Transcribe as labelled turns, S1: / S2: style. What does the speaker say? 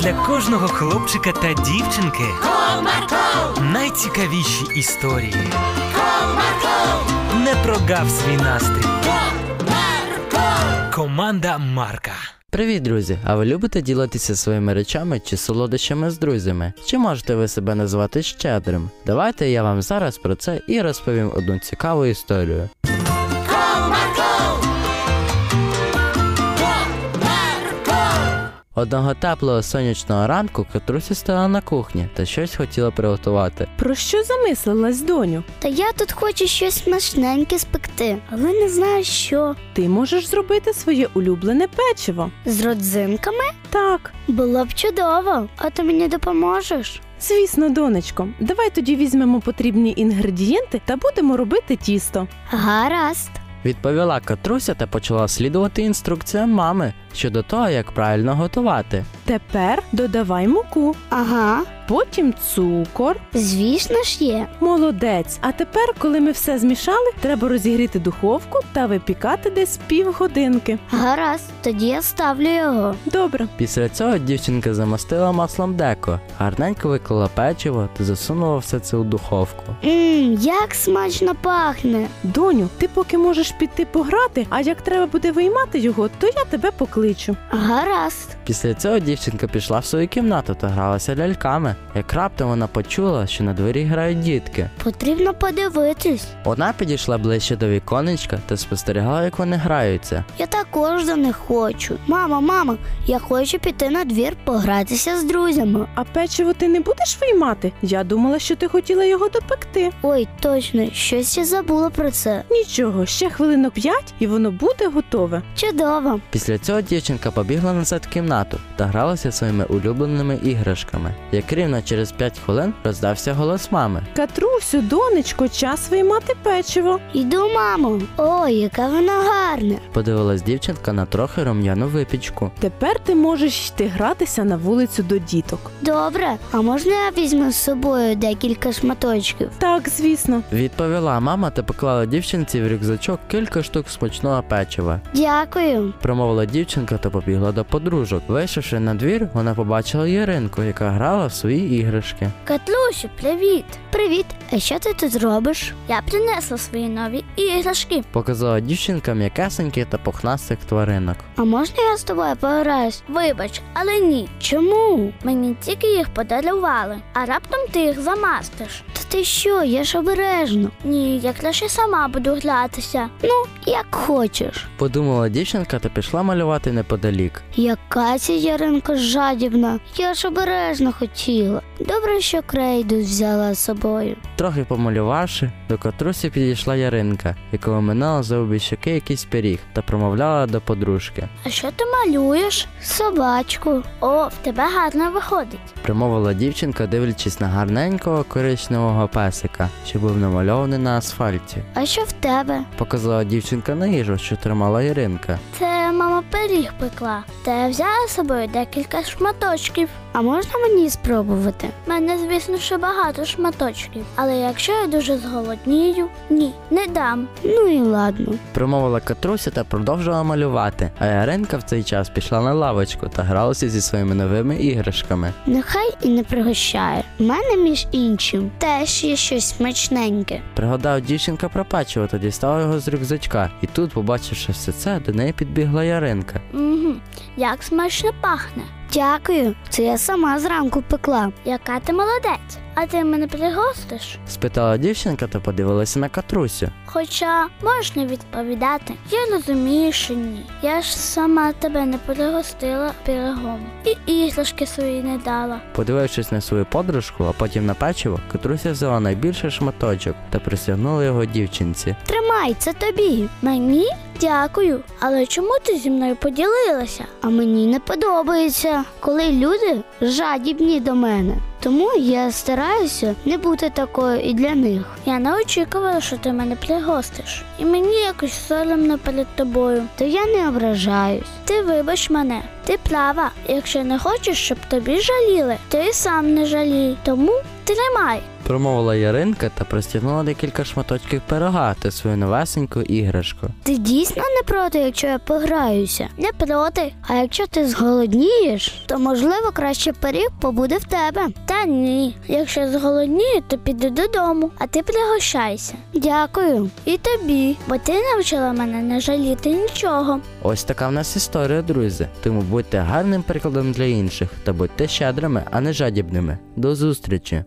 S1: для кожного хлопчика та дівчинки
S2: Comarco,
S1: найцікавіші історії.
S2: comarco,
S1: Не прогав свій настрій.
S2: comarco.
S1: Команда Марка.
S3: Привіт, друзі! А ви любите ділитися своїми речами чи солодощами з друзями? Чи можете ви себе назвати щедрим? Давайте я вам зараз про це і розповім одну цікаву історію. Одного теплого сонячного ранку Катруся стала на кухні та щось хотіла приготувати.
S4: Про що замислилась, доню?
S5: Та я тут хочу щось смачненьке спекти, але не знаю що.
S4: Ти можеш зробити своє улюблене печиво.
S5: З родзинками
S4: Так,
S5: було б чудово, а ти мені допоможеш.
S4: звісно, донечко. Давай тоді візьмемо потрібні інгредієнти та будемо робити тісто.
S5: Гаразд.
S3: Відповіла Катруся та почала слідувати інструкціям мами щодо того, як правильно готувати.
S4: Тепер додавай муку,
S5: Ага,
S4: потім цукор.
S5: звісно ж є.
S4: Молодець. А тепер, коли ми все змішали, треба розігріти духовку та випікати десь півгодинки.
S5: Гаразд, тоді я ставлю його.
S4: Добре.
S3: Після цього дівчинка замастила маслом деко, гарненько виклала печиво та засунула все це у духовку.
S5: Мм, як смачно пахне.
S4: Доню, ти поки можеш піти пограти, а як треба буде виймати його, то я тебе покличу.
S5: Гаразд.
S3: Після цього дівчинка пішла в свою кімнату та гралася ляльками. Як раптом вона почула, що на дворі грають дітки.
S5: Потрібно подивитись.
S3: Вона підійшла ближче до віконечка та спостерігала, як вони граються.
S5: Я також за них хочу. Мама, мама, я хочу піти на двір погратися з друзями.
S4: А печиво ти не будеш виймати? Я думала, що ти хотіла його допекти.
S5: Ой, точно, щось я забула про це.
S4: Нічого, ще хвилинок п'ять, і воно буде готове.
S5: Чудово.
S3: Після цього дівчинка побігла назад в кімнату та гралася своїми улюбленими іграшками. Як рівно через 5 хвилин роздався голос мами.
S4: Катрусю, донечко, час виймати печиво.
S5: Йду, мамо. Ой, яка вона гарна.
S3: Подивилась дівчинка на трохи рум'яну випічку.
S4: Тепер ти можеш йти гратися на вулицю до діток.
S5: Добре, а можна я візьму з собою декілька шматочків?
S4: Так, звісно.
S3: Відповіла мама та поклала дівчинці в рюкзачок кілька штук смачного печива.
S5: Дякую.
S3: Промовила дівчинка та побігла до подружок. Вийшовши на двір, вона побачила Яринку, яка грала в свої іграшки.
S5: Катлусю, привіт. Привіт. А що ти тут робиш? Я принесла свої нові іграшки.
S3: Показала дівчинка м'якесеньких та пухнастих тваринок.
S5: А можна я з тобою пограюсь? Вибач, але ні. Чому? Мені тільки їх подарували, а раптом ти їх замастиш. Та ти що, я ж обережно. Ні, я краще сама буду гратися. Ну, як хочеш.
S3: Подумала дівчинка та пішла малювати неподалік.
S5: Яка ця яринка жадібна. Я ж обережно хотіла. Добре, що крейду взяла з собою.
S3: Трохи помалювавши, до Катрусі підійшла Яринка, яка оминала за обі щоки якийсь пиріг та промовляла до подружки.
S5: А що ти малюєш? Собачку. О, в тебе гарно виходить.
S3: Примовила дівчинка, дивлячись на гарненького коричневого песика, що був намальований на асфальті.
S5: А що в тебе?
S3: Показала дівчинка на їжу, що тримала Яринка.
S5: Це мама пиріг пекла. Та я взяла з собою декілька шматочків. А можна мені спробувати? У мене, звісно, ще багато шматочків. Але якщо я дуже зголоднію, ні, не дам. Ну і ладно.
S3: Промовила Катруся та продовжила малювати. А Яринка в цей час пішла на лавочку та гралася зі своїми новими іграшками.
S5: Нехай і не пригощає. У мене між іншим теж є щось смачненьке.
S3: Пригадав дівчинка про печиво та дістала його з рюкзачка. І тут, побачивши все це, до неї підбігла Яринка.
S5: Угу. Як смачно пахне. Дякую, це я сама зранку пекла. Яка ти молодець, а ти мене пригостиш?
S3: Спитала дівчинка та подивилася на Катрусю.
S5: Хоча можна відповідати. Я розумію, що ні. Я ж сама тебе не пригостила пирогом і іграшки свої не дала.
S3: Подивившись на свою подружку, а потім на печиво, Катруся взяла найбільший шматочок та присягнула його дівчинці.
S5: Тримай, це тобі. Мені дякую. Але чому ти зі мною поділилася? А мені не подобається, коли люди жадібні до мене. Тому я стараюся не бути такою і для них. Я не очікувала, що ти мене пригостиш, і мені якось соромно перед тобою. То я не ображаюсь. Ти вибач мене. Ти права. Якщо не хочеш, щоб тобі жаліли, то і сам не жалій. Тому тримай.
S3: промовила Яринка та простягнула декілька шматочків пирога та свою новесеньку іграшку.
S5: Ти дійсно не проти, якщо я пограюся? Не проти. А якщо ти зголоднієш, то можливо краще пиріг побуде в тебе. Та ні. Якщо зголоднію, то піду додому, а ти пригощайся. Дякую. І тобі, бо ти навчила мене не жаліти нічого.
S3: Ось така в нас історія, друзі. Тому будьте гарним прикладом для інших та будьте щедрими, а не жадібними. До зустрічі!